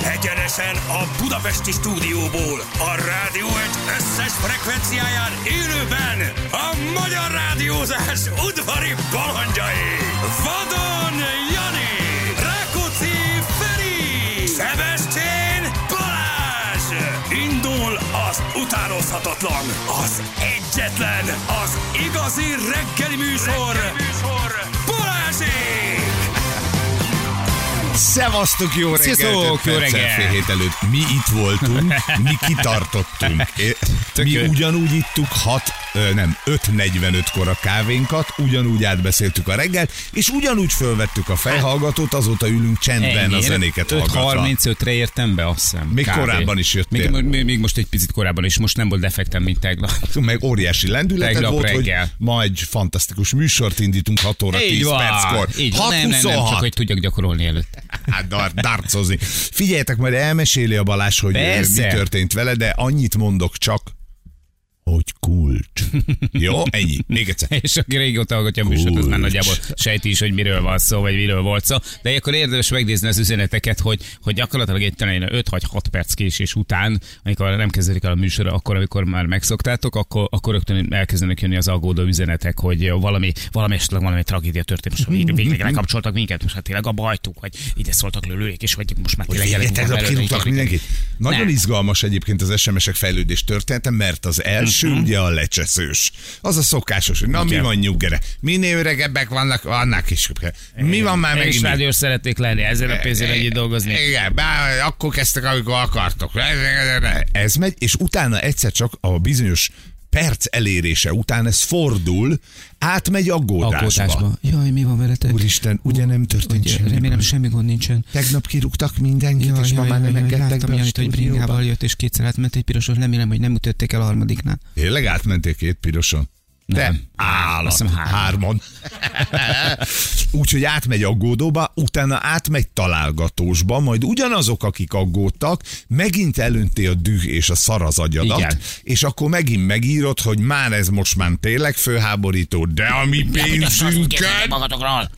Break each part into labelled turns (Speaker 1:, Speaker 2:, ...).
Speaker 1: Egyenesen a Budapesti stúdióból, a rádió egy összes frekvenciáján élőben a magyar rádiózás udvari balandjai. Vadon Jani, Rákóczi Feri, Szebestén Balázs! Indul az utánozhatatlan, az egyetlen, az igazi reggeli műsor, reggeli műsor. Balázsék!
Speaker 2: Szevasztok, jó reggelt!
Speaker 3: Sziasztok,
Speaker 2: Öt
Speaker 3: jó
Speaker 2: perccel
Speaker 3: reggelt!
Speaker 2: Fél hét előtt mi itt voltunk, mi kitartottunk. É- Mi
Speaker 3: jó.
Speaker 2: ugyanúgy ittuk 6, ö, nem, 5.45-kor a kávénkat, ugyanúgy átbeszéltük a reggelt, és ugyanúgy fölvettük a fejhallgatót, azóta ülünk csendben a zenéket hallgatva.
Speaker 3: 35-re értem be, azt hiszem.
Speaker 2: Még
Speaker 3: kb.
Speaker 2: korábban is jöttél.
Speaker 3: Még, még, még, most egy picit korábban is, most nem volt defektem, mint tegnap.
Speaker 2: Szóval Meg óriási lendületed
Speaker 3: Tegnap
Speaker 2: volt,
Speaker 3: reggel.
Speaker 2: hogy ma egy fantasztikus műsort indítunk 6 óra 10 perckor.
Speaker 3: Így van. Nem, nem, nem, csak
Speaker 2: 6.26.
Speaker 3: hogy tudjak gyakorolni előtt.
Speaker 2: Hát dar, darcozni. Figyeljetek, majd elmeséli a Balázs, hogy Persze.
Speaker 3: Persze.
Speaker 2: mi történt vele, de annyit mondok csak, hogy kulcs. Jó, ennyi. Még egyszer.
Speaker 3: És aki régóta hallgatja a műsort, az már
Speaker 2: Kulcs.
Speaker 3: nagyjából sejti is, hogy miről van szó, vagy miről volt szó. De akkor érdemes megnézni az üzeneteket, hogy, hogy gyakorlatilag egy talán 5 vagy 6 perc késés után, amikor nem kezdődik el a műsor, akkor, amikor már megszoktátok, akkor, akkor rögtön elkezdenek jönni az aggódó üzenetek, hogy valami, valami esetleg valami tragédia történt, most végre, végre lekapcsoltak minket, most hát tényleg a bajtuk, vagy ide szóltak lőlőjék, és hogy most már tényleg elég
Speaker 2: Tegnap
Speaker 3: belőle,
Speaker 2: kirúgtak
Speaker 3: így-
Speaker 2: mindenkit. Nagyon
Speaker 3: Ne.
Speaker 2: izgalmas egyébként az SMS-ek fejlődés története, mert az első ugye a lecseszős. Az a szokásos, hogy na mi
Speaker 3: Mhm. Igen.
Speaker 2: van nyuggere? Minél öregebbek vannak, annál kisebb. Mi van már
Speaker 3: És
Speaker 2: megint?
Speaker 3: rádiós szeretnék lenni, ezzel a pénzért együtt dolgozni.
Speaker 2: Igen, bár akkor kezdtek, amikor akartok. Ez megy, és utána egyszer csak a bizonyos perc elérése után ez fordul, átmegy aggódásba. aggódásba.
Speaker 3: Alkotásba. Jaj, mi van veletek?
Speaker 2: Úristen, ugye nem történt
Speaker 3: Ugye,
Speaker 2: semmi.
Speaker 3: remélem semmi gond nincsen.
Speaker 2: Tegnap kirúgtak mindenkit, és ma már nem engedtek
Speaker 3: láttam
Speaker 2: be a
Speaker 3: Janit, hogy
Speaker 2: stúdióba.
Speaker 3: bringával jött, és kétszer átment egy pirosos, remélem, hogy nem ütötték el a harmadiknál.
Speaker 2: Tényleg átmentél két piroson? De
Speaker 3: Nem.
Speaker 2: állat,
Speaker 3: Azt hiszem három.
Speaker 2: hárman. Úgyhogy átmegy aggódóba, utána átmegy találgatósba, majd ugyanazok, akik aggódtak, megint elönti a düh és a szaraz agyadat,
Speaker 3: Igen.
Speaker 2: és akkor megint megírod, hogy már ez most már tényleg fölháborító, de a mi pénzünket...
Speaker 3: magatokról!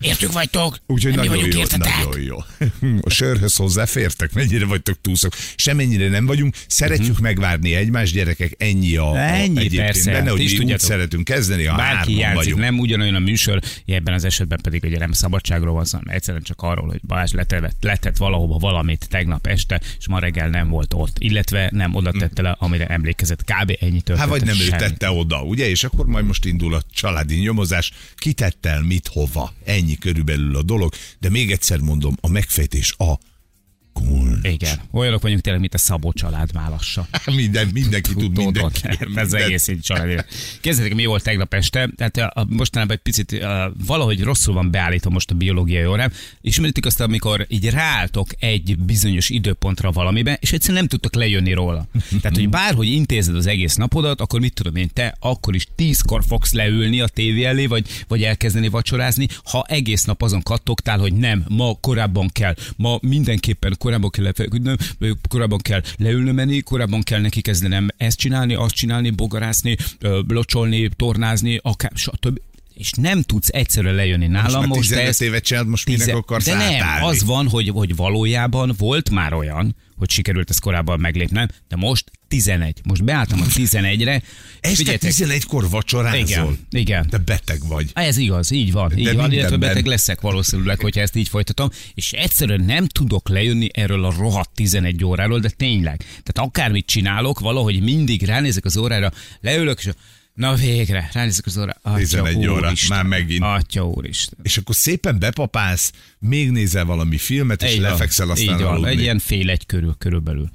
Speaker 3: Értük vagytok?
Speaker 2: Úgyhogy nagyon jó, nagyon jó. A sörhöz hozzáfértek, mennyire vagytok túlszok. Semennyire nem vagyunk, szeretjük megvárni egymást, gyerekek, ennyi a, a
Speaker 3: Mhm. Ennyi,
Speaker 2: egyébként
Speaker 3: persze,
Speaker 2: benne, hogy
Speaker 3: ti
Speaker 2: mi
Speaker 3: is
Speaker 2: úgy
Speaker 3: tudjátok.
Speaker 2: szeretünk kezdeni, ha
Speaker 3: Bárki
Speaker 2: hárman
Speaker 3: játszik,
Speaker 2: vagyunk.
Speaker 3: nem ugyanolyan a műsor, ebben az esetben pedig ugye nem szabadságról van szó, hanem egyszerűen csak arról, hogy Balázs letett, letett valahova valamit tegnap este, és ma reggel nem volt ott, illetve nem oda tette le, amire emlékezett. Kb. ennyi történt.
Speaker 2: Hát vagy nem ő
Speaker 3: semmi.
Speaker 2: tette oda, ugye? És akkor majd most indul a családi nyomozás. Ki tette el mit hova? Ennyi körülbelül a dolog. De még egyszer mondom, a megfejtés a kulcs.
Speaker 3: Igen. Olyanok vagyunk tényleg, mint a Szabó család már lassan.
Speaker 2: Minden, mindenki tud
Speaker 3: Tudod,
Speaker 2: mindenki.
Speaker 3: ez
Speaker 2: mindent.
Speaker 3: egész így család. Kezdjétek, mi volt tegnap este. Tehát eh, a, a, mostanában egy picit a, valahogy rosszul van beállítva most a biológiai órám. Ismeritek azt, amikor így ráálltok egy bizonyos időpontra valamiben, és egyszerűen nem tudtok lejönni róla. Tehát, hogy bárhogy intézed az egész napodat, akkor mit tudom én, te akkor is tízkor fogsz leülni a tévé elé, vagy, vagy elkezdeni vacsorázni, ha egész nap azon kattogtál, hogy nem, ma korábban kell, ma mindenképpen korábban kell, lefe- hogy nem, korábban kell leülnöm menni, korábban kell neki kezdenem ezt csinálni, azt csinálni, bogarászni, ö, locsolni, tornázni, akár, stb. És nem tudsz egyszerűen lejönni
Speaker 2: Most
Speaker 3: nálam.
Speaker 2: már
Speaker 3: Most,
Speaker 2: 15
Speaker 3: ez
Speaker 2: évet csinált, most minek
Speaker 3: tize-
Speaker 2: akarsz
Speaker 3: De nem,
Speaker 2: átállni?
Speaker 3: az van, hogy, hogy valójában volt már olyan, hogy sikerült ezt korábban meglépnem, de most 11. Most beálltam a 11-re.
Speaker 2: Este
Speaker 3: Figyeljetek,
Speaker 2: 11-kor vacsorázol.
Speaker 3: Igen, igen.
Speaker 2: De beteg vagy.
Speaker 3: Á, Ez igaz, így van, így van,
Speaker 2: mindenben.
Speaker 3: illetve beteg leszek valószínűleg, hogyha ezt így folytatom, és egyszerűen nem tudok lejönni erről a rohadt 11 óráról, de tényleg. Tehát akármit csinálok, valahogy mindig ránézek az órára, leülök, és na végre, ránézek az órára. Atya
Speaker 2: 11 óra,
Speaker 3: úristen,
Speaker 2: már megint.
Speaker 3: Atya úristen.
Speaker 2: És akkor szépen bepapálsz, még nézel valami filmet, és
Speaker 3: Így van,
Speaker 2: lefekszel, aztán
Speaker 3: Így van,
Speaker 2: aludni.
Speaker 3: egy ilyen fél egy körül, körülbelül.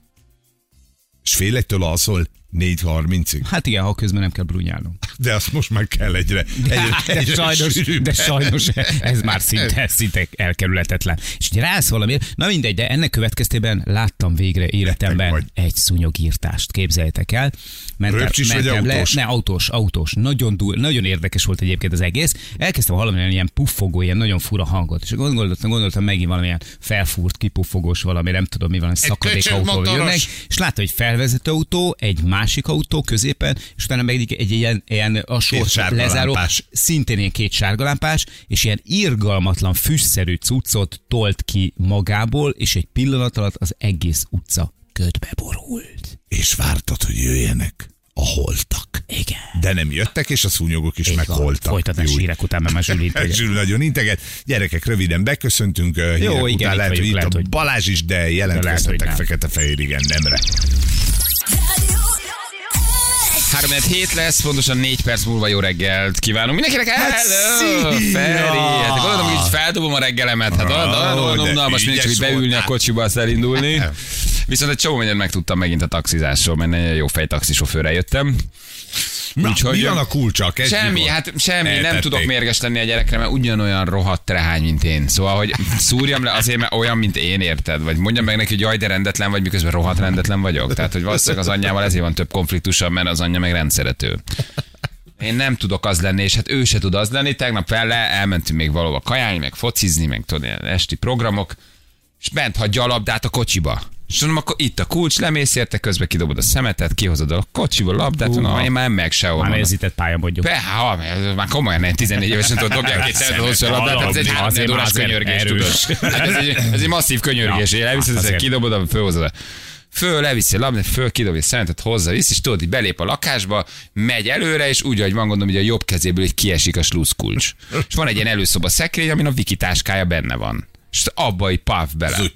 Speaker 2: És fél egytől alszol 4.30-ig.
Speaker 3: Hát igen, ha közben nem kell brunyálnom.
Speaker 2: De azt most már kell egyre. egyre,
Speaker 3: De
Speaker 2: egyre
Speaker 3: sajnos,
Speaker 2: sűrűbben.
Speaker 3: de sajnos ez már szinte, szinte elkerülhetetlen. És ugye rász valamiért, na mindegy, de ennek következtében láttam végre
Speaker 2: Beteg
Speaker 3: életemben
Speaker 2: vagy.
Speaker 3: egy szúnyogírtást, képzeljétek el. Mentem,
Speaker 2: Röpcsis vagy
Speaker 3: mentem le-
Speaker 2: autós?
Speaker 3: Ne, autós, autós. Nagyon, dur, nagyon érdekes volt egyébként az egész. Elkezdtem hallani olyan ilyen puffogó, ilyen nagyon fura hangot. És gondoltam, gondoltam megint valamilyen felfúrt, kipuffogós valami, nem tudom mi van, szakadék
Speaker 2: köcsög
Speaker 3: autó
Speaker 2: motoros.
Speaker 3: jönnek. És láttam, hogy felvezető autó, egy másik autó középen, és utána meg egy, egy ilyen, ilyen a sort
Speaker 2: sárga
Speaker 3: lezáró,
Speaker 2: lámpás.
Speaker 3: szintén ilyen két sárgalámpás, és ilyen irgalmatlan füstszerű cuccot tolt ki magából, és egy pillanat alatt az egész utca ködbe borult.
Speaker 2: És vártad, hogy jöjjenek a holtak.
Speaker 3: Igen.
Speaker 2: De nem jöttek, és a szúnyogok is
Speaker 3: Így van.
Speaker 2: megholtak.
Speaker 3: Folytatás
Speaker 2: Júj.
Speaker 3: hírek után, mert már zsűri itt
Speaker 2: Zsül nagyon integet. Gyerekek, röviden beköszöntünk. Jó, hírek
Speaker 3: igen, itt
Speaker 2: után lehet,
Speaker 3: vagyunk,
Speaker 2: hogy itt
Speaker 3: lehet,
Speaker 2: a
Speaker 3: hogy-
Speaker 2: Balázs is, de
Speaker 3: lehet, hogy
Speaker 2: jelentkeztetek
Speaker 3: nem.
Speaker 2: fekete-fehér, igen, nemre.
Speaker 4: 3 lesz, pontosan 4 perc múlva jó reggelt kívánunk. Mindenkinek hello,
Speaker 2: Hát szia!
Speaker 4: Feri! Hát gondolom, hogy így feldobom a reggelemet. Hát
Speaker 2: Ó,
Speaker 4: olyan
Speaker 2: de
Speaker 4: oh, unalmas, mindig csak
Speaker 2: ügyes
Speaker 4: így beülni
Speaker 2: voltál.
Speaker 4: a kocsiba, azt elindulni.
Speaker 2: Nem.
Speaker 4: Viszont egy csomó mindent megtudtam megint a taxizásról, mert nagyon jó fej taxisofőrrel jöttem.
Speaker 2: Na,
Speaker 4: Úgyhogy-
Speaker 2: mi van a kulcsa? Kezdjük
Speaker 4: Semmi,
Speaker 2: ott.
Speaker 4: hát semmi, nem
Speaker 2: Eltették.
Speaker 4: tudok mérges lenni a gyerekre, mert ugyanolyan rohadt trehány, mint én. Szóval, hogy szúrjam le azért, mert olyan, mint én, érted? Vagy mondjam meg neki, hogy jaj, de rendetlen vagy, miközben rohadt rendetlen vagyok. Tehát, hogy valószínűleg az anyjával ezért van több konfliktusa, mert az anyja meg rendszerető. Én nem tudok az lenni, és hát ő se tud az lenni. Tegnap fele elmentünk még valóban kajálni, meg focizni, meg tudod, ilyen esti programok, és bent hagyja a labdát a kocsiba. És mondom, akkor itt a kulcs, lemész érte, közben kidobod a szemetet, kihozod a kocsiba a labdát, mondom, én már nem meg sehol.
Speaker 3: Már
Speaker 4: mondom.
Speaker 3: nehezített pályán vagyok.
Speaker 4: Be, ha, már komolyan, nem 14 évesen tudod, dobják két szemet a hosszú labdát, hát ez egy
Speaker 3: Azért
Speaker 4: 3
Speaker 3: már
Speaker 4: órás
Speaker 3: azért
Speaker 4: könyörgés, tudod.
Speaker 3: erős.
Speaker 4: Hát ez egy, ez egy masszív könyörgés,
Speaker 3: Ja,
Speaker 4: én elviszed,
Speaker 3: hát azért.
Speaker 4: ezzel kidobod, fölhozod. Föl leviszi a labdát, föl kidobja a szemetet, hozzá visz, és tudod, így belép a lakásba, megy előre, és úgy, ahogy van, gondolom, hogy a jobb kezéből így kiesik a sluszkulcs. És van egy ilyen előszoba szekrény, amin a Viki táskája benne van. És abba így paf bele
Speaker 2: Zut.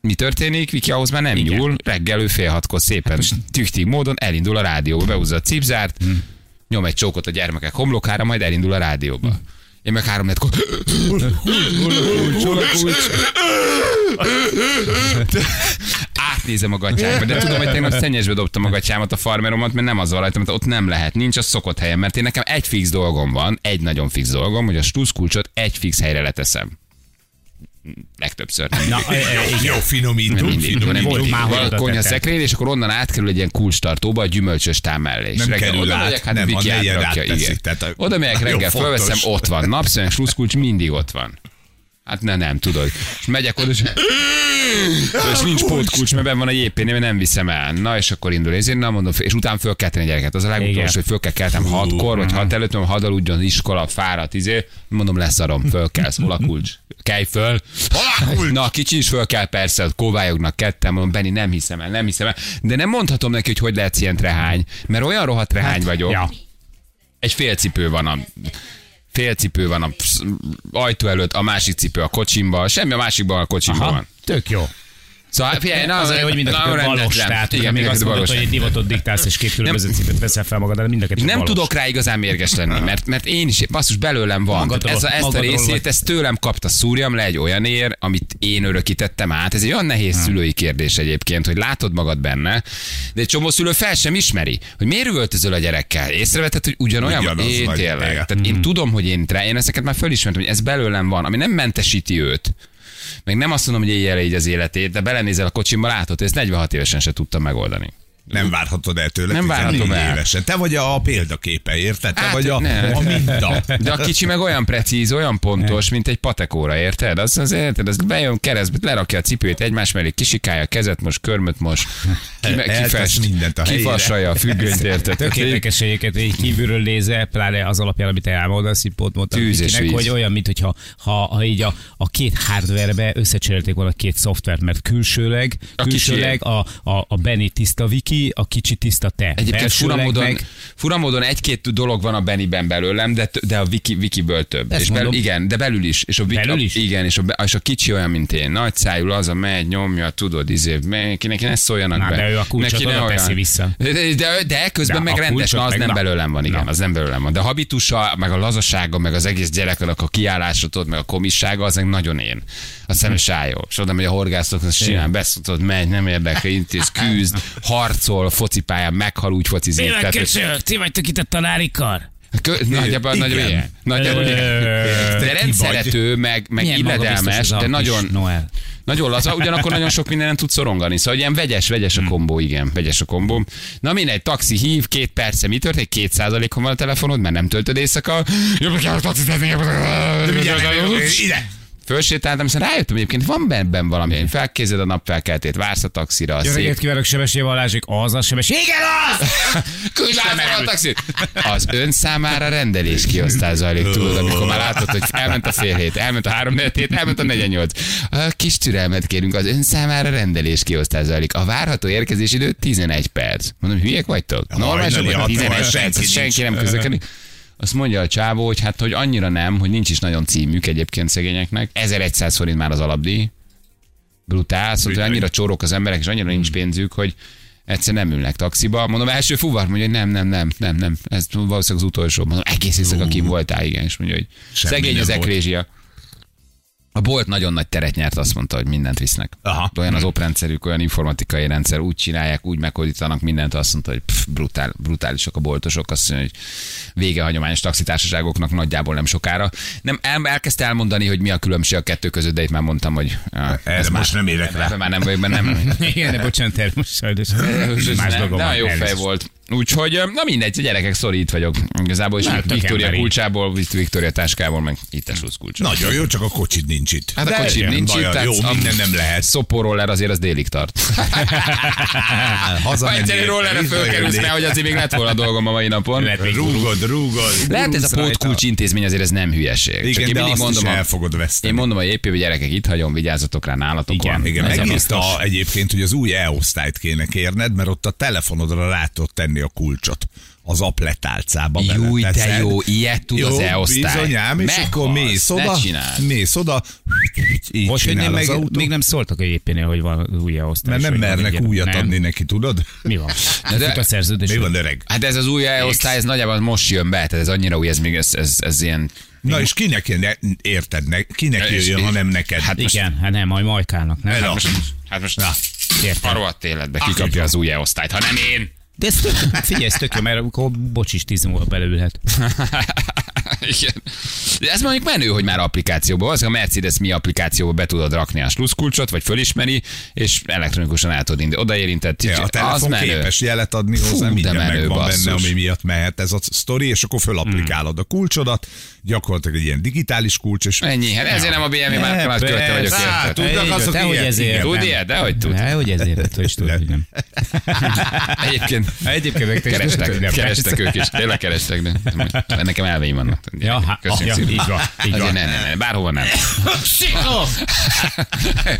Speaker 4: mi történik, Viki ahhoz már nem Igen. nyúl, reggel ő fél hatkor
Speaker 3: Hát
Speaker 4: szépen tüktig módon elindul a rádióba, behúzza a cipzárt,
Speaker 3: Hm.
Speaker 4: hmm. nyom egy csókot a gyermekek homlokára, majd elindul a rádióba.
Speaker 3: Hm.
Speaker 4: Én meg három netkor... Átnézem a gatyámat, de tudom, hogy tegnap szennyesbe dobtam a gatyámat, a farmeromat, mert nem az van rajta, mert ott nem lehet, nincs a szokott helyen, mert én nekem egy fix dolgom van, egy nagyon fix dolgom, hogy a stúszkulcsot egy fix helyre leteszem. Legtöbbször. Nem
Speaker 3: Na, e, e, igen.
Speaker 2: Jó, finomítunk,
Speaker 4: mindig, nem
Speaker 2: finomítunk.
Speaker 4: mindig.
Speaker 3: már hogy
Speaker 4: Van a konyha
Speaker 3: oda tettek.
Speaker 4: szekrény, és akkor onnan átkerül egy ilyen kulcstartóba a gyümölcsös tám mellé. És
Speaker 2: Nem
Speaker 4: reggel
Speaker 2: kerül
Speaker 4: oda
Speaker 2: át,
Speaker 4: megyek, hát
Speaker 2: nem,
Speaker 4: Viki
Speaker 2: a negyen
Speaker 4: átrakja,
Speaker 2: átteszik,
Speaker 4: igen.
Speaker 2: tehát a-
Speaker 4: Oda megyek
Speaker 2: nagyon
Speaker 4: reggel,
Speaker 2: fontos.
Speaker 4: fölveszem, ott van. Napszöng, sluszkulcs mindig ott van. Hát ne, nem, tudod. És megyek oda, és, és nincs pótkulcs, mert benn van a jépénél, mert nem viszem el. Na, és akkor indul. Ezért nem mondom, és utána föl kell tenni a gyereket. Az a
Speaker 3: Igen.
Speaker 4: legutolsó, hogy föl kell keltem hatkor, vagy hat előtt, mondom, had aludjon, iskola, fáradt, izé. Mondom, leszarom, föl kell, hol a kulcs? Kelj föl.
Speaker 2: Hol a kulcs?
Speaker 4: Na, a kicsi is föl kell, persze, ott kóvályognak ketten, mondom, Benni, nem hiszem el, nem hiszem el. De nem mondhatom neki, hogy hogy lehetsz ilyen trehány, mert olyan rohadt trehány vagyok.
Speaker 3: Hát, Ja.
Speaker 4: Egy fél cipő van a fél cipő van a psz- ajtó előtt, a másik cipő a kocsimba, semmi a másikban a kocsimban
Speaker 3: Aha,
Speaker 4: van.
Speaker 3: tök jó.
Speaker 4: Szóval, figyelj, na,
Speaker 3: Az a jó, hogy mind a kettő
Speaker 4: rendetlen.
Speaker 3: valós, tehát ugye
Speaker 4: igen,
Speaker 3: még azt mondod,
Speaker 4: valós.
Speaker 3: hogy egy divatot diktálsz, és két különböző cipőt veszel fel magad, de mind a kettő
Speaker 4: nem
Speaker 3: valós.
Speaker 4: tudok rá igazán mérges lenni, mert, mert én is, basszus, belőlem van.
Speaker 3: Magadról-
Speaker 4: Tehát ez a, ezt a
Speaker 3: magadról
Speaker 4: részét,
Speaker 3: vagy.
Speaker 4: ezt tőlem kapta, szúrjam le egy olyan ér, amit én örökítettem át. Ez egy olyan nehéz szülői kérdés egyébként, hogy látod magad benne, de egy csomó szülő fel sem ismeri, hogy miért üvöltözöl a gyerekkel. Észrevetted, hogy ugyanolyan
Speaker 2: Ugyanaz
Speaker 4: Én
Speaker 2: vagy,
Speaker 4: tényleg.
Speaker 2: igen.
Speaker 4: Tehát én tudom, hogy én rá, én ezeket már fölismertem, hogy ez belőlem van, ami nem mentesíti őt. Meg nem azt mondom, hogy élje így az életét, de belenézel a kocsimba, látod, hogy ezt 46 évesen se tudtam megoldani.
Speaker 2: Nem várhatod el tőle
Speaker 4: Nem
Speaker 2: 14
Speaker 4: várhatom el.
Speaker 2: évesen. Te vagy a példaképe, érted? Te
Speaker 4: Hát,
Speaker 2: vagy a,
Speaker 4: ne.
Speaker 2: a minta.
Speaker 4: De a kicsi meg olyan precíz, olyan pontos, mint egy patekóra, érted? Azt az érted, az bejön keresztbe, lerakja a cipőjét egymás mellé, kisikálja a kezet, most körmöt most,
Speaker 2: Eltesz mindent a helyére.
Speaker 4: kifasalja a függönyt, érted?
Speaker 3: Tök érdekes egyébként, hogy így kívülről nézve, pláne az alapján, amit te elmondasz, így pont mondtam
Speaker 4: Tűz és
Speaker 3: Vikinek,
Speaker 4: víz.
Speaker 3: hogy olyan, mint hogyha ha, ha így a, a két hardverbe összecserélték volna két szoftvert, mert külsőleg,
Speaker 4: A
Speaker 3: külsőleg a, a, a Benny tiszta Viki, a kicsi tiszta te.
Speaker 4: Egyébként
Speaker 3: Belsőleg
Speaker 4: furamódon,
Speaker 3: meg-
Speaker 4: furamódon egy-két dolog van a Beniben belőlem, de, de a Viki, Vikiből több.
Speaker 3: Ezt
Speaker 4: és belül,
Speaker 3: mondom.
Speaker 4: igen, de belül is. És a Viki,
Speaker 3: Belül is?
Speaker 4: A, igen, és a, be- és a kicsi olyan, mint én. Nagy szájú, az a megy, nyomja, tudod, izé, neki, neki ne szóljanak
Speaker 3: Na,
Speaker 4: be.
Speaker 3: de ő a kulcsot
Speaker 4: Neki ne
Speaker 3: oda teszi
Speaker 4: olyan.
Speaker 3: vissza.
Speaker 4: De, de, de, de közben
Speaker 3: De
Speaker 4: meg
Speaker 3: a
Speaker 4: rendes,
Speaker 3: kulcsot
Speaker 4: na, az
Speaker 3: meg-
Speaker 4: nem
Speaker 3: na.
Speaker 4: belőlem van, igen,
Speaker 3: Na.
Speaker 4: az nem belőlem van. De a habitusa, meg a lazasága, meg az egész gyereknek a kiállása, tudod, meg a komissága, az meg nagyon én. A szemes álljó. És oda megy a horgászok, azt csinál, beszutod, megy, nem érdekel, intéz, küzd, harcol, focipályán, meghal, úgy focizik.
Speaker 3: Tényleg
Speaker 4: Tehát, hogy-
Speaker 3: köcsög, ti vagytok itt a tanárikar?
Speaker 4: Kö, nagyjából,
Speaker 2: igen.
Speaker 4: nagyjából ilyen. Nagyjából ilyen. De rendszerető, meg, meg
Speaker 3: Milyen magabiztos
Speaker 4: illedelmes,
Speaker 3: ez a
Speaker 4: de
Speaker 3: kis
Speaker 4: nagyon,
Speaker 3: Noel.
Speaker 4: nagyon laza, ugyanakkor nagyon sok mindenen tud szorongani. Szóval ilyen vegyes, vegyes a kombó, igen, vegyes a kombó. Na mindegy, taxi hív, két perce, mi történik? Két százalékon van a telefonod, mert nem töltöd éjszaka. Jobb kell a taxi,
Speaker 2: De mindjárt, ide!
Speaker 4: Fölsétáltam, hiszen rájöttem egyébként, van bennem valami, hogy felkézed a napfelkeltét, vársz a taxira, a
Speaker 3: Jó
Speaker 4: szép
Speaker 3: reggelt kívánok, Sebesé Balázsik, az a Sebesé. Igen, az!
Speaker 4: Küldj már fel a taxit! Az ön számára rendelés kiosztás zajlik, tudod, amikor már látod, hogy elment a fél hét, elment a három negyed hét, elment a negyednyolc. A kis türelmet kérünk, az ön számára rendelés kiosztás zajlik. A várható érkezés idő 11 perc. Mondom, hülyek vagytok? Normális,
Speaker 2: Hajnali
Speaker 4: hogy
Speaker 2: hat
Speaker 4: 11
Speaker 2: óra,
Speaker 4: perc,
Speaker 2: senki
Speaker 4: azt senki
Speaker 2: nincs.
Speaker 4: nem közlekedik. Azt mondja a csávó, hogy hát, hogy annyira nem, hogy nincs is nagyon címük egyébként szegényeknek. 1100 forint már az alapdíj. Brutál, szóval hogy annyira csórok az emberek, és annyira nincs
Speaker 2: Hmm.
Speaker 4: pénzük, hogy egyszerűen nem ülnek taxiba. Mondom, első fuvar mondja, hogy nem, nem, nem, nem, nem. Ez valószínűleg az utolsó. Mondom, egész éjszaka kim voltál, igen, és mondja, hogy
Speaker 2: Semmi
Speaker 4: szegény
Speaker 2: nem
Speaker 4: az
Speaker 2: volt.
Speaker 4: eklézsia. A bolt nagyon nagy teret nyert, azt mondta, hogy mindent visznek.
Speaker 2: Aha.
Speaker 4: Olyan az oprendszerük, olyan informatikai rendszer, úgy csinálják, úgy meghódítanak mindent, azt mondta, hogy pff, brutál, brutálisok a boltosok, azt mondja, hogy vége a hagyományos taxitársaságoknak nagyjából nem sokára. Nem, el, elkezdte elmondani, hogy mi a különbség a kettő között, de itt már mondtam, hogy ah,
Speaker 3: E,
Speaker 2: Ez most nem érek rá.
Speaker 4: ebben már nem vagyok benne. Nem,
Speaker 3: Igen, de bocsánat, erre most sajnos. Más
Speaker 4: nem,
Speaker 3: dolgom
Speaker 4: nem
Speaker 3: van.
Speaker 4: jó fej
Speaker 3: Elnézést.
Speaker 4: volt. Úgyhogy, ö, na mindegy, gyerekek, szori, itt vagyok. Igazából is
Speaker 3: Na, tök
Speaker 4: Viktória
Speaker 3: emberi. Hm.
Speaker 4: kulcsából, Viktória táskából, meg itt a kulcsa.
Speaker 2: Nagyon jó, csak a kocsid nincs itt.
Speaker 4: Hát a
Speaker 2: De
Speaker 4: kocsim
Speaker 2: igen,
Speaker 4: nincs
Speaker 2: baja,
Speaker 4: itt, tehát
Speaker 2: Jó,
Speaker 4: a-
Speaker 2: minden nem lehet.
Speaker 4: Szoporroller azért az délig tart. Ha
Speaker 2: Hazamenni.
Speaker 4: egyszer egy rollerre fölkerülsz, mert hogy azért még lett volna dolgom a mai napon.
Speaker 3: Lehet még
Speaker 2: Rúgod, rúgod.
Speaker 4: Lehet ez a
Speaker 2: Rúgsz rajta.
Speaker 4: pótkulcs intézmény, azért ez nem hülyeség. Csak
Speaker 2: Igen,
Speaker 4: én
Speaker 2: de
Speaker 4: mindig
Speaker 2: azt
Speaker 4: mondom,
Speaker 2: is
Speaker 4: a-
Speaker 2: el fogod
Speaker 4: én
Speaker 2: veszteni.
Speaker 4: mondom a jépjé, hogy gyerekek, itt hagyom, vigyázzatok rá, nálatok
Speaker 3: Igen,
Speaker 4: van.
Speaker 2: Igen,
Speaker 4: Ez a biztos.
Speaker 2: megírta egyébként, hogy az új e-osztályt kéne kérned, mert ott a telefonodra rá tudod tenni a kulcsot az app letálcába.
Speaker 4: Júj, de
Speaker 2: beleteszed.
Speaker 4: jó, ilyet tud az E e-osztály.
Speaker 2: Bizonyám, és
Speaker 4: Meghalsz,
Speaker 2: akkor mész
Speaker 4: ne
Speaker 2: oda,
Speaker 4: csináld.
Speaker 2: mész oda, így
Speaker 3: Most, hogy nem,
Speaker 2: csinál az
Speaker 3: meg,
Speaker 2: autó,
Speaker 3: még nem szóltak a jépénél, hogy van új osztály.
Speaker 2: mert nem mernek újat adni neki, tudod?
Speaker 3: Mi van?
Speaker 4: Na de-
Speaker 3: Fut a szerződés.
Speaker 2: Mi van, öreg?
Speaker 4: Hát ez az új e-osztály, ez nagyjából most jön be, tehát ez annyira új, ez még ez, ez, ez ilyen...
Speaker 2: Na és kinek jön, ne- érted, ne, kinek
Speaker 4: És-
Speaker 2: jöjjön, ha nem neked? Hát
Speaker 3: Igen, hát nem, majd majkának, nem?
Speaker 2: Na.
Speaker 4: Hát most
Speaker 3: Értem.
Speaker 4: a rohadt életbe kikapja az új e-osztályt, ha nem én.
Speaker 3: De ez tök, figyelj, ez tök jó, mert akkor bocsis tíz múlva beleülhet.
Speaker 4: Hát Igen. De ez mondjuk menő, hogy már applikációban van, a Mercedes mi applikációba be tudod rakni a sluszkulcsot, vagy fölismeri, és elektronikusan el tudod indítani. Oda érintett.
Speaker 2: Ja, a telefon képes jelet adni hozzá,
Speaker 4: de
Speaker 2: minden
Speaker 4: menő,
Speaker 2: megvan
Speaker 4: basszus.
Speaker 2: benne, ami miatt mehet ez a sztori, és akkor fölapplikálod a kulcsodat, gyakorlatilag egy ilyen digitális kulcs, és
Speaker 4: Ennyi, hát ezért nem a BMW márka nagy költe vagyok
Speaker 2: persze.
Speaker 4: érted.
Speaker 2: Hát, tudnak
Speaker 3: Így van,
Speaker 2: azok
Speaker 3: tehogy
Speaker 2: ilyet,
Speaker 3: ezért.
Speaker 2: igen.
Speaker 4: Tud
Speaker 3: nem.
Speaker 4: ilyet, de hogy tud.
Speaker 3: Hát, hogy ezért, hogy is tudod, hogy nem.
Speaker 4: Egyébként
Speaker 2: Hát
Speaker 3: Egyébként meg te is tudod, hogy
Speaker 4: kerestek,
Speaker 3: nem.
Speaker 4: kerestek ők is, tényleg kerestek, de nekem elveim vannak.
Speaker 3: Ja, hát,
Speaker 4: Köszönjük
Speaker 3: ja,
Speaker 4: szépen.
Speaker 3: így van, így
Speaker 4: Azért
Speaker 3: van.
Speaker 4: nem, nem, nem, bárhova nem.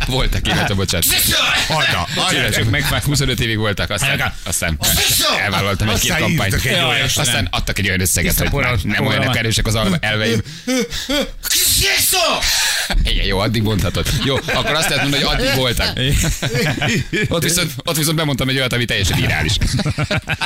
Speaker 4: Voltak illetve, bocsánat.
Speaker 2: Hagyja, hagyja.
Speaker 4: Tényleg csak megvált, 25 évig voltak, aztán, aztán elvállaltam egy két
Speaker 2: Aztán
Speaker 4: kampányt.
Speaker 2: írtak egy
Speaker 4: Jaj,
Speaker 2: olyan-
Speaker 4: Aztán adtak egy olyan összeget,
Speaker 3: Tiszta
Speaker 4: hogy már
Speaker 3: poros-
Speaker 4: nem olyanok
Speaker 3: porra.
Speaker 4: erősek az alva- elveim. Igen, jó, addig mondhatod. Jó, akkor azt lehet mondani, hogy addig voltak. Ott viszont, ott viszont bemondtam egy olyat, ami teljesen irális. És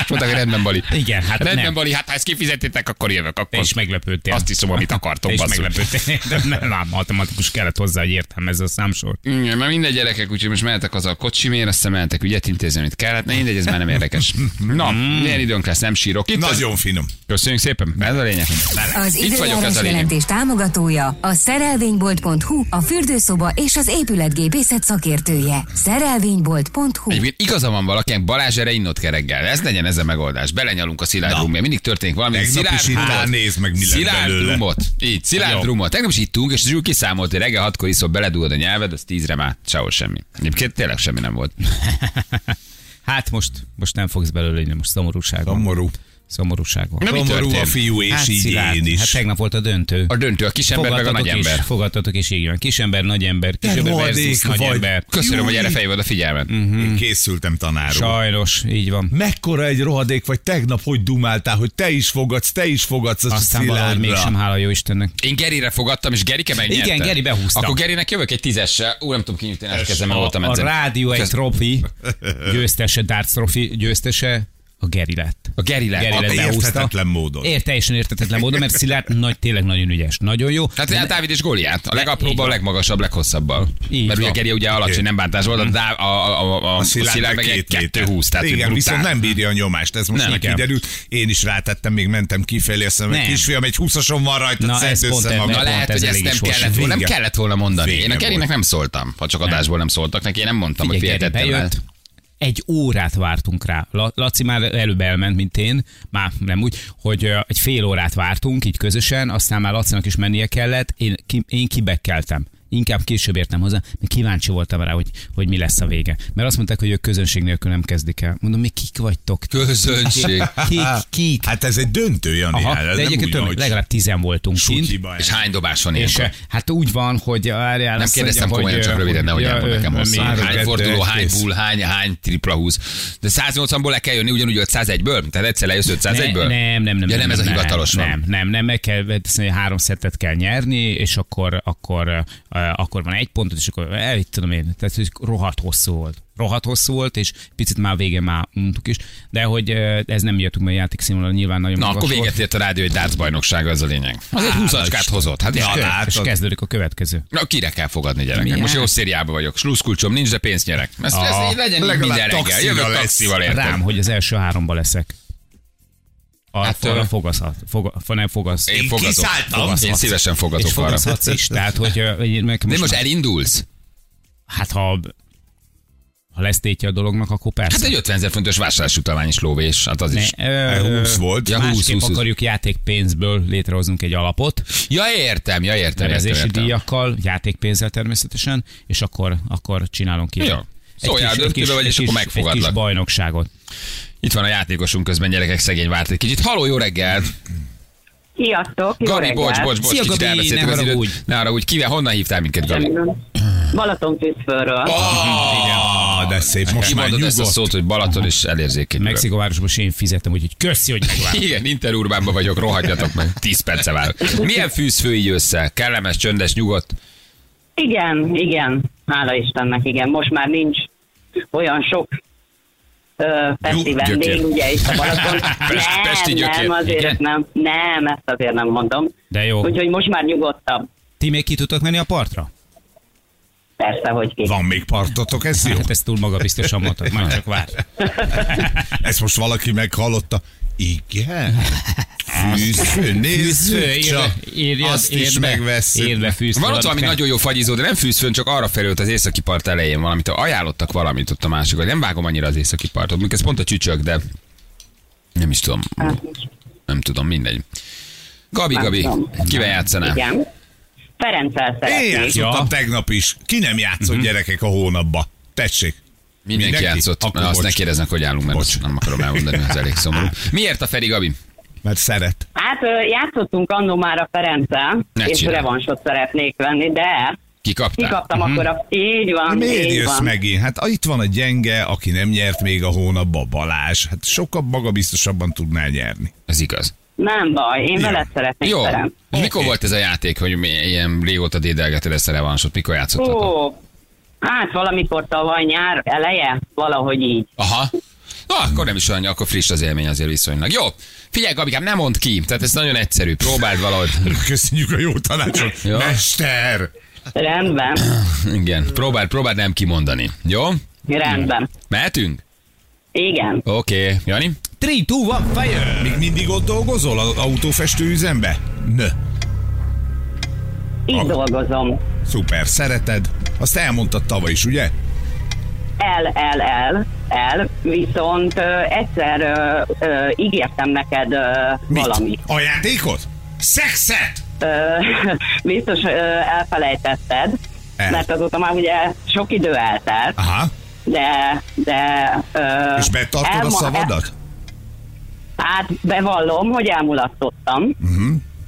Speaker 4: mondták, hogy rendben, Bali.
Speaker 3: Igen, hát
Speaker 4: rendben,
Speaker 3: nem.
Speaker 4: Bali, hát ha ezt kifizetitek, akkor jövök. Akkor
Speaker 3: Te is meglepődtél.
Speaker 4: Azt hiszem, amit
Speaker 3: Te
Speaker 4: akartok,
Speaker 3: is
Speaker 4: basszus.
Speaker 3: meglepődtél. De nem, ám matematikus kellett hozzá, hogy értelmezze a számsort.
Speaker 4: Igen, mert mindegy gyerekek, úgyhogy most mehetek haza a kocsimért, aztán mehetek ügyet intézni, amit kellett. Na, mindegy, ez már nem érdekes. Na, milyen időnk lesz, nem sírok. Itt az...
Speaker 2: Nagyon finom.
Speaker 4: Köszönjük szépen, ez a lényeg.
Speaker 5: Az
Speaker 4: Itt vagyok, ez
Speaker 5: időjárás
Speaker 4: a lényeg.
Speaker 5: jelentés támogatója a szerelvénybolt.hu, a fürdőszoba és az épületgépészet szakértője. Szerelvénybolt.hu
Speaker 4: Egyébként igaza van valakinek, Balázs erre innot kell reggel. Ez legyen ez a megoldás. Belenyalunk a szilárd
Speaker 2: Na.
Speaker 4: rumért. Mindig történik valami.
Speaker 2: Tegnap
Speaker 4: szilárd
Speaker 2: is itt
Speaker 4: rumot.
Speaker 2: áll, nézd meg, mi lett
Speaker 4: Szilárd
Speaker 2: belőle.
Speaker 4: rumot. Így, szilárd
Speaker 3: Jó.
Speaker 4: rumot. Tegnap is ittunk, és Zsül kiszámolt, hogy reggel hatkor iszol, beledugod a nyelved, az tízre már sehol semmi. Egyébként tényleg semmi nem volt.
Speaker 3: Hát most, most nem fogsz belőle inni, most szomorúság van.
Speaker 2: Szomorú.
Speaker 3: Szomorúság van.
Speaker 4: Na, mi
Speaker 2: Szomorú a
Speaker 4: történt?
Speaker 2: fiú, és
Speaker 3: Hát,
Speaker 2: így
Speaker 3: Szilárd,
Speaker 2: én is.
Speaker 3: Hát tegnap volt a döntő.
Speaker 4: A döntő, a kisember meg a
Speaker 3: Fogadtatok is,
Speaker 4: nagyember.
Speaker 3: Fogadtatok is, így van. Kisember, nagyember,
Speaker 2: Te
Speaker 3: kisember versus
Speaker 2: rohadék vagy.
Speaker 3: nagyember.
Speaker 4: Köszönöm,
Speaker 2: Júj.
Speaker 4: hogy erre felhívod a figyelmet.
Speaker 2: Én készültem tanáról.
Speaker 3: Sajnos, így van.
Speaker 2: Mekkora egy rohadék vagy tegnap, hogy dumáltál, hogy te is fogadsz, te is fogadsz azt a
Speaker 3: Aztán valahogy
Speaker 2: szilárdra.
Speaker 3: mégsem, hála jó Istennek.
Speaker 4: Én Gerire fogadtam, és Gerike megnyerte.
Speaker 3: Igen, Geri behúzta.
Speaker 4: Akkor Gerinek jövök egy tízessel. Ú, nem tudom kinyitni, ezt kezdem, mert
Speaker 3: a,
Speaker 4: voltam
Speaker 3: a
Speaker 4: edzen.
Speaker 3: rádió egy
Speaker 4: Kösz-
Speaker 3: trofi, győztese, darts trofi, győztese, a Geri lett.
Speaker 4: A Geri lett.
Speaker 3: Geri
Speaker 4: Apa,
Speaker 3: lett
Speaker 4: ilyen
Speaker 3: behúzta.
Speaker 2: érthetetlen módon.
Speaker 3: Ér, teljesen értetetlen módon, mert Szilárd nagy, tényleg nagyon ügyes. Nagyon jó.
Speaker 4: Hát a Dávid és Góliát, a
Speaker 3: így
Speaker 4: legapróbbal,
Speaker 3: van.
Speaker 4: a legmagasabb, leghosszabbal.
Speaker 3: Így
Speaker 4: Mert ugye
Speaker 3: van. Mm.
Speaker 4: Geri ugye alacsony, nem bántás volt, a, Dáv- a, a, a, a, a Szilárd meg egy
Speaker 2: méter.
Speaker 4: 220, tehát
Speaker 2: Igen,
Speaker 4: brutál.
Speaker 2: viszont nem bírja a nyomást, ez most
Speaker 4: Nem,
Speaker 2: nem,
Speaker 4: igen.
Speaker 2: kiderült. Én is rátettem, még mentem kifelé, azt mondom, hogy
Speaker 3: Nem.
Speaker 2: kisfiam, egy 20-ason van rajta,
Speaker 3: Na,
Speaker 2: szedd
Speaker 3: ez pont
Speaker 2: össze
Speaker 3: ennek
Speaker 2: magad.
Speaker 4: Na
Speaker 3: Pont
Speaker 4: lehet,
Speaker 3: ez
Speaker 4: hogy ezt
Speaker 3: elég
Speaker 4: nem
Speaker 3: is volt.
Speaker 4: kellett, volna, nem
Speaker 2: Vége.
Speaker 4: kellett volna mondani.
Speaker 2: Vége
Speaker 4: Én a Gerinek
Speaker 2: volt.
Speaker 4: nem szóltam, ha csak adásból nem szóltak neki. Én nem mondtam, hogy
Speaker 3: Figyelj, Geri
Speaker 4: féltettem el.
Speaker 3: bejött, egy órát vártunk rá. La- Laci már előbb elment, mint én, már nem úgy, hogy ö, egy fél órát vártunk így közösen, aztán már Lacinak is mennie kellett, én, ki, én kibekkeltem. inkább később értem hozzá, mert kíváncsi voltam rá, hogy, hogy mi lesz a vége. Mert azt mondták, hogy ők közönség nélkül nem kezdik el. Mondom, mi kik vagytok?
Speaker 4: Közönség.
Speaker 3: Kik, kik?
Speaker 2: Hát ez egy döntő, Jani.
Speaker 3: Aha,
Speaker 2: hát ez
Speaker 3: de
Speaker 2: nem
Speaker 3: egyébként
Speaker 2: úgy van,
Speaker 3: tudom,
Speaker 2: hogy
Speaker 3: legalább tizen voltunk kint.
Speaker 2: sutyiba
Speaker 4: És
Speaker 2: ez.
Speaker 4: hány dobás van
Speaker 3: És
Speaker 4: ilyenkor?
Speaker 3: hát úgy van, hogy várjál,
Speaker 4: Nem
Speaker 3: azt
Speaker 4: kérdeztem
Speaker 3: mondja,
Speaker 4: komolyan,
Speaker 3: hogy,
Speaker 4: csak röviden, nehogy
Speaker 3: ja,
Speaker 4: elmond nekem
Speaker 3: ö,
Speaker 4: hosszú.
Speaker 3: mi?
Speaker 4: Hány
Speaker 3: Három,
Speaker 4: forduló,
Speaker 3: kettő,
Speaker 4: hány
Speaker 3: kész.
Speaker 4: bull, hány, hány tripla húz. De 180-ból le kell jönni ugyanúgy 501-ből? Tehát egyszer lejössz
Speaker 3: Ne-
Speaker 4: 501-ből?
Speaker 3: Nem, nem, nem.
Speaker 4: Ja, nem, ez a hivatalos
Speaker 3: nem,
Speaker 4: van.
Speaker 3: Nem, nem, nem, meg kell, azt mondja, hogy három szettet kell nyerni, és akkor, akkor, eh, akkor van egy pontod, és akkor el, itt tudom én, tehát hogy rohadt hosszú volt. Rohadt hosszú volt, és picit már a végén már mondtuk is, de hogy eh, ez nem miattuk, mert a játékszínvonal nyilván nagyon
Speaker 4: Na,
Speaker 3: magas
Speaker 4: akkor
Speaker 3: volt.
Speaker 4: véget ért a rádió egy darts bajnoksága, az a lényeg. Azért 20 acskát hozott. Hát ja,
Speaker 3: Kö-
Speaker 4: látod.
Speaker 3: És kezdődik a következő.
Speaker 4: Na, kire kell fogadni gyerekek?
Speaker 3: Mi? hát?
Speaker 4: Most jó szériába vagyok. Sluszkulcsom nincs, de pénzt nyerek. Ezt, ez
Speaker 3: Aha.
Speaker 4: így legyen így
Speaker 2: Legalább
Speaker 4: minden reggel.
Speaker 2: taxival
Speaker 4: Jövök
Speaker 2: lesz.
Speaker 4: taxival érted.
Speaker 3: Rám, hogy az első háromba leszek. Arra
Speaker 4: Hát,
Speaker 3: hát,
Speaker 4: ö,
Speaker 3: arra fogaszhat, foga, nem fogasz.
Speaker 4: Én fogadok. Én szívesen
Speaker 3: és
Speaker 4: fogadok arra.
Speaker 3: fogaszhatsz is, tehát hogy... ö, hogy meg
Speaker 4: De
Speaker 3: most
Speaker 4: most
Speaker 3: már-
Speaker 4: elindulsz?
Speaker 3: Hát ha, ha lesz tétje a dolognak, akkor
Speaker 4: Hát
Speaker 3: persze.
Speaker 4: egy 50 ezer fontos vásárlásutalmány is lóvés, hát az is.
Speaker 3: ne, ö,
Speaker 2: 20 volt.
Speaker 4: Ja, 20,
Speaker 3: másképp
Speaker 4: 20.
Speaker 3: akarjuk játékpénzből létrehoznunk egy alapot,
Speaker 4: Ja, értem, ja, értem.
Speaker 3: tervezési
Speaker 4: értem, értem.
Speaker 3: díjakkal, játékpénzzel természetesen, és akkor, akkor csinálunk ilyen.
Speaker 4: Jó. Szóljál a Szóval döntőbe, vagy, és
Speaker 3: egy
Speaker 4: akkor
Speaker 3: kis- Egy
Speaker 4: megfogadlak.
Speaker 3: kis bajnokságot.
Speaker 4: Itt van a játékosunk közben, gyerekek, szegény várt egy kicsit. Haló, jó reggelt!
Speaker 6: Sziasztok! jó
Speaker 4: Gari,
Speaker 6: reggelt!
Speaker 4: bocs, bocs, bocs,
Speaker 3: Szia,
Speaker 4: kicsit
Speaker 3: Gabi,
Speaker 4: elveszítettük
Speaker 3: ne
Speaker 4: az
Speaker 3: haragudj.
Speaker 4: időt. Ne arra, úgy kivel, honnan hívtál minket, Gabi?
Speaker 6: Balatonfűzfölről.
Speaker 2: Ah, de szép, most már
Speaker 4: Kimondod ezt a
Speaker 2: nyugodt.
Speaker 4: szót, hogy Balaton is elérzékeny.
Speaker 3: Mexikóvárosban is én fizettem, úgyhogy köszi, hogy megvált.
Speaker 4: Igen, interurbánban vagyok, rohadjatok meg, 10 perce vár. Milyen fűzfő így össze? Kellemes, csöndes, nyugodt?
Speaker 6: Igen, igen, hála Istennek, igen. Most már nincs olyan sok ö, pesti
Speaker 4: Jó, gyökér.
Speaker 6: vendég, ugye itt a Balaton.
Speaker 4: Pest-
Speaker 6: nem,
Speaker 4: pesti gyökér.
Speaker 6: nem, azért
Speaker 4: Igen? Oh.
Speaker 6: nem. Nem, ezt azért nem mondom.
Speaker 3: De jó.
Speaker 6: Úgyhogy most már nyugodtabb.
Speaker 3: Ti még ki tudtok menni a partra?
Speaker 6: Persze, hogy ki.
Speaker 2: Van még partotok, ez jó.
Speaker 3: Hát ezt túl maga biztosan mondtad, majd csak vár.
Speaker 2: Ezt most valaki meghallotta. Igen? Fűzfő, nézzük csak. Azt is megveszünk.
Speaker 3: Érve fűzfő.
Speaker 4: Van ott valami
Speaker 3: Kell-
Speaker 4: nagyon jó fagyizó, de nem fűzfőn, csak arra felült az északi part elején valamit. Ajánlottak valamit ott a másik, hogy nem vágom annyira az északi partot. Még ez pont a csücsök, de nem is tudom.
Speaker 6: Hát,
Speaker 4: Nem tudom, mindegy. Gabi,
Speaker 6: Nem
Speaker 4: Gabi,
Speaker 6: tudom.
Speaker 4: kivel játszanál?
Speaker 6: Igen. Ferenccel
Speaker 2: Én
Speaker 6: szeretnék.
Speaker 2: játszottam tegnap is. Ki nem játszott gyerekek a hónapba? Tessék.
Speaker 4: Mindenki
Speaker 2: Mindenki?
Speaker 4: játszott.
Speaker 2: Akkor
Speaker 4: Na, azt
Speaker 2: bocs.
Speaker 4: ne kérdeznek, hogy állunk, mert
Speaker 2: Bocs.
Speaker 4: azt nem akarom elmondani, az elég szomorú. Miért a Feri, Gabi?
Speaker 2: Mert szeret.
Speaker 6: Hát ö, játszottunk annó már a Ferenccel,
Speaker 4: Ne
Speaker 6: és
Speaker 4: csinálj. Mhm.
Speaker 6: revansot szeretnék venni, de
Speaker 4: Kikaptál?
Speaker 6: kikaptam akkor a... Így van,
Speaker 2: Miért
Speaker 6: így
Speaker 2: jössz
Speaker 6: van.
Speaker 2: megint? Hát ah, itt van a gyenge, aki nem nyert még a hónapba, Balázs. Hát sokkal magabiztosabban tudnál nyerni.
Speaker 4: Ez igaz.
Speaker 6: Nem baj, én
Speaker 2: Jó.
Speaker 6: veled szeretnék
Speaker 4: Jó.
Speaker 6: Ferenc.
Speaker 4: És mikor volt ez a játék, hogy mi ilyen régóta dédelgeted ezt a revansot? Mikor játszottatok?
Speaker 6: Ó, hát valamikor tavaly nyár eleje, valahogy így.
Speaker 4: Aha. Na, akkor nem is olyan, akkor friss az élmény azért viszonylag. Jó. Figyelj, Gabikám, nem mondd ki. Tehát ez nagyon egyszerű. Próbáld valahogy.
Speaker 2: Köszönjük a jó tanácsot.
Speaker 4: Jó.
Speaker 2: Mester!
Speaker 6: Rendben,
Speaker 4: Igen. Próbáld, próbáld nem kimondani. Jó?
Speaker 6: rendben.
Speaker 4: Mehetünk?
Speaker 6: Igen.
Speaker 4: Oké. Okay. Jani?
Speaker 3: 3, 2, 1, fire!
Speaker 2: Még mindig ott dolgozol az autófestőüzembe? Nö.
Speaker 6: Így
Speaker 2: Am-
Speaker 6: dolgozom.
Speaker 2: Szuper, szereted. Azt elmondtad tavaly is, ugye?
Speaker 6: El, el, el, el. Viszont ö, egyszer ö, ö, ígértem neked ö, valamit.
Speaker 2: A játékot? Szexet!
Speaker 6: Ö, biztos ö, elfelejtetted,
Speaker 2: El.
Speaker 6: mert azóta már ugye sok idő eltelt,
Speaker 2: Aha.
Speaker 6: de... de ö,
Speaker 2: És betartod a
Speaker 6: elma-
Speaker 2: szavadat?
Speaker 6: Hát bevallom, hogy elmulasztottam.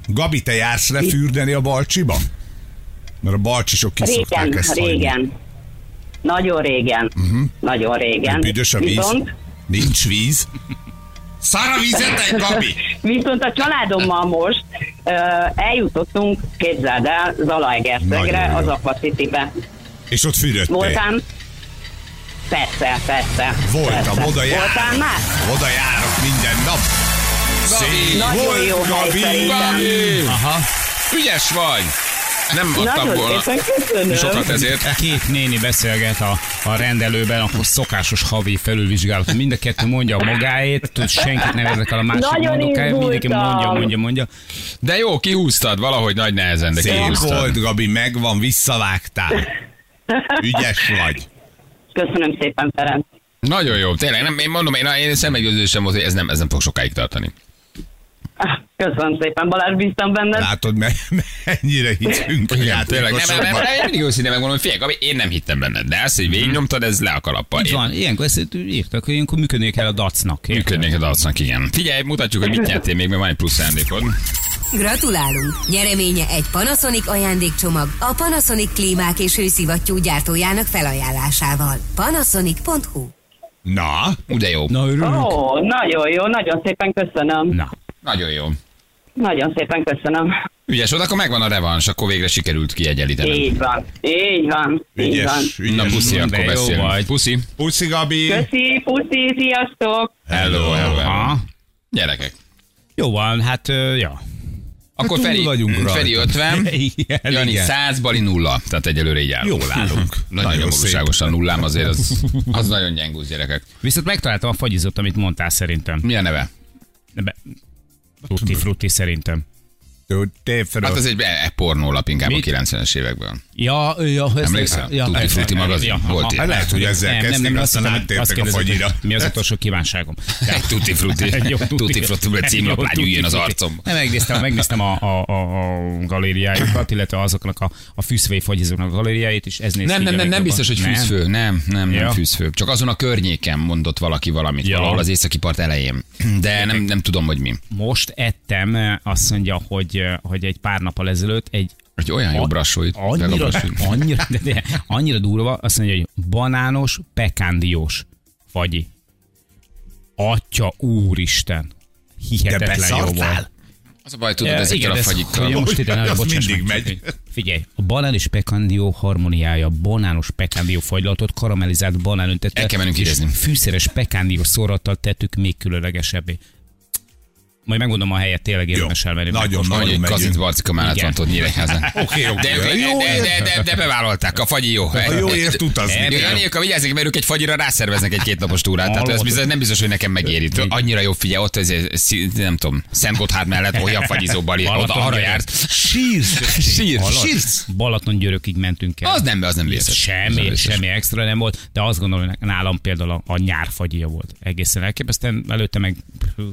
Speaker 2: Gabi, te jársz le fürdeni a balcsiba? Mert a balcsisok kiszokták
Speaker 6: Régen,
Speaker 2: ezt hagyni.
Speaker 6: régen. Nagyon régen. Uh-huh. Nagyon régen.
Speaker 2: Büdös a víz.
Speaker 6: Viszont,
Speaker 2: Nincs víz. Szara vizetek, Gabi!
Speaker 6: viszont a családommal most ö, eljutottunk, képzeld el, Zalaegerszegre,
Speaker 2: Nagyon
Speaker 6: az
Speaker 2: jó.
Speaker 6: Aquacity-be.
Speaker 2: És ott fürödtél.
Speaker 6: Voltam? Persze, persze.
Speaker 2: Voltam,
Speaker 6: persze.
Speaker 2: oda járok.
Speaker 6: Voltál már?
Speaker 2: Oda járok minden nap. Szép
Speaker 6: Nagyon
Speaker 2: volt,
Speaker 6: jó hely
Speaker 2: Gabi!
Speaker 6: szerintem.
Speaker 4: Gabi!
Speaker 3: Aha,
Speaker 4: Ügyes vagy! Nem adtam
Speaker 6: Nagyon
Speaker 4: volna
Speaker 6: szépen köszönöm.
Speaker 4: sokat ezért.
Speaker 3: két néni beszélget a, a rendelőben, akkor szokásos havi felülvizsgálat. Mind a kettő mondja a magáét, tud, senkit nem érdekel a másik
Speaker 6: Nagyon
Speaker 3: mondokáját, mindenki
Speaker 6: izgultam.
Speaker 3: mondja, mondja, mondja.
Speaker 4: De jó, kihúztad valahogy nagy nehezen, de
Speaker 2: Szép
Speaker 4: kihúztad.
Speaker 2: volt, Gabi, megvan, visszavágtál. Ügyes vagy.
Speaker 6: Köszönöm szépen, Ferenc.
Speaker 4: Nagyon jó, tényleg. Nem, én mondom, én, én szemmeggyőződésem volt, hogy ez nem, ez nem fog sokáig tartani.
Speaker 6: Köszönöm szépen, Balázs, bíztam benned.
Speaker 2: Látod, me- mennyire hittünk.
Speaker 4: Igen, tényleg. Nem, nem, nem,
Speaker 2: másokban.
Speaker 4: nem, mindig őszintén megmondom, hogy figyelj, én nem hittem benned, de azt, hogy végignyomtad, ez le a kalappal.
Speaker 3: Így
Speaker 4: Én
Speaker 3: van, ilyenkor ezt írtak, ilyenkor működni kell a dacnak. érted?
Speaker 4: Működnék a dalcnak, igen. Figyelj, mutatjuk, hogy mit nyertél még, mert van egy plusz ajándékod.
Speaker 5: Gratulálunk! Nyereménye egy Panasonic ajándékcsomag a Panasonic klímák és hőszivattyú gyártójának felajánlásával. Panasonic.hu
Speaker 2: Na,
Speaker 4: Ú, de jó.
Speaker 3: Na,
Speaker 6: Ó,
Speaker 3: örülünk.
Speaker 6: nagyon jó, nagyon szépen köszönöm.
Speaker 3: Na,
Speaker 4: Nagyon jó.
Speaker 6: Nagyon szépen köszönöm.
Speaker 4: Ügyes volt, akkor megvan a revans, akkor végre sikerült kiegyenlíteni.
Speaker 6: Így van, így van, így van.
Speaker 2: ügyes,
Speaker 4: Na,
Speaker 2: ügyes.
Speaker 4: puszi,
Speaker 3: de
Speaker 4: akkor
Speaker 3: jó vagy.
Speaker 4: beszélünk. Puszi.
Speaker 2: Puszi,
Speaker 6: Então,
Speaker 2: Gabi.
Speaker 6: Köszi, puszi, sziasztok!
Speaker 4: Hello, hello, hello.
Speaker 3: ha.
Speaker 4: Gyerekek.
Speaker 3: Jó van, hát, ö, ja.
Speaker 4: Akkor
Speaker 2: túl
Speaker 4: Feri,
Speaker 2: vagyunk
Speaker 4: vagyunk Feri
Speaker 2: rajta.
Speaker 4: 50,
Speaker 3: Igen,
Speaker 4: Jani
Speaker 3: igen.
Speaker 4: 100, Bali 0. Tehát egyelőre így állunk.
Speaker 2: Jól állunk.
Speaker 4: Nagyon,
Speaker 2: Nagyon
Speaker 4: nagyon
Speaker 2: szép.
Speaker 4: valóságosan nullám azért, az, az nagyon gyengúz gyerekek.
Speaker 3: Viszont megtaláltam a fagyizót, amit mondtál szerintem.
Speaker 4: Mi a neve?
Speaker 3: Be- Tutti frutti szerintem.
Speaker 4: Hát
Speaker 2: Hát
Speaker 4: ez egy e- e- pornólap inkább
Speaker 3: Mit?
Speaker 4: a 90-es évekből.
Speaker 3: Ja, ja, ezt-
Speaker 4: Emlékszel? Tutti
Speaker 3: persze.
Speaker 4: Frutti magazin?
Speaker 3: aha. Hát
Speaker 4: Volt ilyen.
Speaker 2: lehet, hogy ezzel
Speaker 3: Nem, nem,
Speaker 2: kezdték,
Speaker 3: nem, azt
Speaker 2: aztán
Speaker 3: hittem, azt
Speaker 2: áttértek a
Speaker 3: kérdezed,
Speaker 2: fagyira.
Speaker 3: hogy Mi az utolsó kívánságom?
Speaker 4: Egy tutti frutti.
Speaker 3: Egy jó
Speaker 4: Tutti frutti, mert címlaplány
Speaker 3: Tutti
Speaker 4: üljön az
Speaker 3: Frutti.
Speaker 4: arcomba.
Speaker 3: Nem, megnéztem, megnéztem a, a, a, a galériájukat, illetve azoknak a, a fűszvei fagyizóknak a galériáit, és ez néz
Speaker 4: Nem,
Speaker 3: ki
Speaker 4: nem, nem, nem
Speaker 3: gyakorlatilag.
Speaker 4: biztos, hogy fűzfő. Nem, nem, nem
Speaker 3: Ja.
Speaker 4: fűzfő. Csak azon a környéken mondott valaki valamit,
Speaker 3: Ja.
Speaker 4: valahol az északi part elején. De nem, nem tudom, hogy mi.
Speaker 3: Most ettem, eh, azt mondja, hogy, eh, hogy egy pár nappal ezelőtt egy
Speaker 4: Hogy olyan jó brassóit.
Speaker 3: annyira, annyira, de, de, annyira durva, azt mondja, hogy banános, pekándiós fagyi. Atya úristen.
Speaker 2: De
Speaker 3: Hihetetlen jó volt.
Speaker 2: beszartál?
Speaker 4: Az a baj, tudod,
Speaker 3: Ja,
Speaker 4: ezekkel
Speaker 3: igen,
Speaker 4: a
Speaker 3: de ez- hogy
Speaker 4: fagyikkal.
Speaker 3: Most ide, ne,
Speaker 2: Az
Speaker 3: bocsáss
Speaker 2: mindig
Speaker 3: meg,
Speaker 2: megy.
Speaker 3: csak- Figyelj, a banán és pekandió harmóniája, a banános pekandió fagylatot, karamellizált banán öntettel,
Speaker 4: El kell mennünk
Speaker 3: és
Speaker 4: érezni.
Speaker 3: Fűszeres pekandió szórattal tettük még különlegesebbé. Majd megmondom a helyet, tényleg érdemes elmenni.
Speaker 2: Nagyon
Speaker 3: Most-
Speaker 4: Vagy
Speaker 2: nagyon
Speaker 4: egy
Speaker 2: megyünk.
Speaker 4: kazint barcika mellett
Speaker 3: Igen.
Speaker 4: van, tudod, nyíregyházan.
Speaker 2: Oké, oké.
Speaker 4: De, de,
Speaker 2: Jó,
Speaker 4: de, de, de, de bevállalták, a fagyi jó.
Speaker 2: A jó ért utazni.
Speaker 4: Jó, Janiéka, vigyázzék, mert ők egy fagyira rászerveznek egy kétnapos túrát. Tehát ez
Speaker 3: Hallod?
Speaker 4: bizony, nem biztos, hogy nekem megéri. Tudod, Annyira jó figyel, ott ez, nem tudom, Szent Gotthard mellett olyan fagyizó bali, oda
Speaker 3: Balaton
Speaker 4: arra
Speaker 3: gyerek.
Speaker 4: járt.
Speaker 3: Sírsz.
Speaker 4: Sír, sír.
Speaker 3: Balaton györökig mentünk el.
Speaker 4: Az nem, az nem vészes. Az nem
Speaker 3: Semmi,
Speaker 4: vészes.
Speaker 3: semmi extra nem volt, de azt gondolom, hogy nálam például a, a nyár fagyia volt. Egészen elképesztően, előtte meg hú,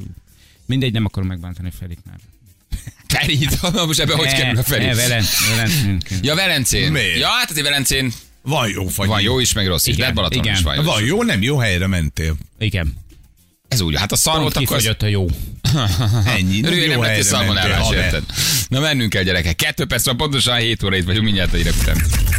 Speaker 3: mindegy, nem akarom megbántani Felit már.
Speaker 4: Feri, na most ebbe hogy kerül a Feri?
Speaker 3: Ne, velen, velen,
Speaker 4: Ja, Velencén.
Speaker 2: Miért?
Speaker 4: Ja, hát azért Velencén
Speaker 2: Van jó fagy.
Speaker 4: van jó is, meg rossz is.
Speaker 3: Igen,
Speaker 4: De Balaton
Speaker 3: igen.
Speaker 4: is van jó.
Speaker 2: Van jó, nem jó helyre mentél.
Speaker 3: Igen.
Speaker 4: Ez úgy, hát a szar
Speaker 3: Pont
Speaker 4: volt, akkor az-
Speaker 3: kifogyott a jó.
Speaker 2: Ennyi. nem
Speaker 4: Örüljön,
Speaker 2: jó
Speaker 4: nem lett
Speaker 2: helyre
Speaker 4: egy szalmonellás,
Speaker 2: mentél, haver.
Speaker 4: érted? Na mennünk kell, gyerekek. Kettő perc van, pontosan 7 óra itt vagyunk, mindjárt a hírek után.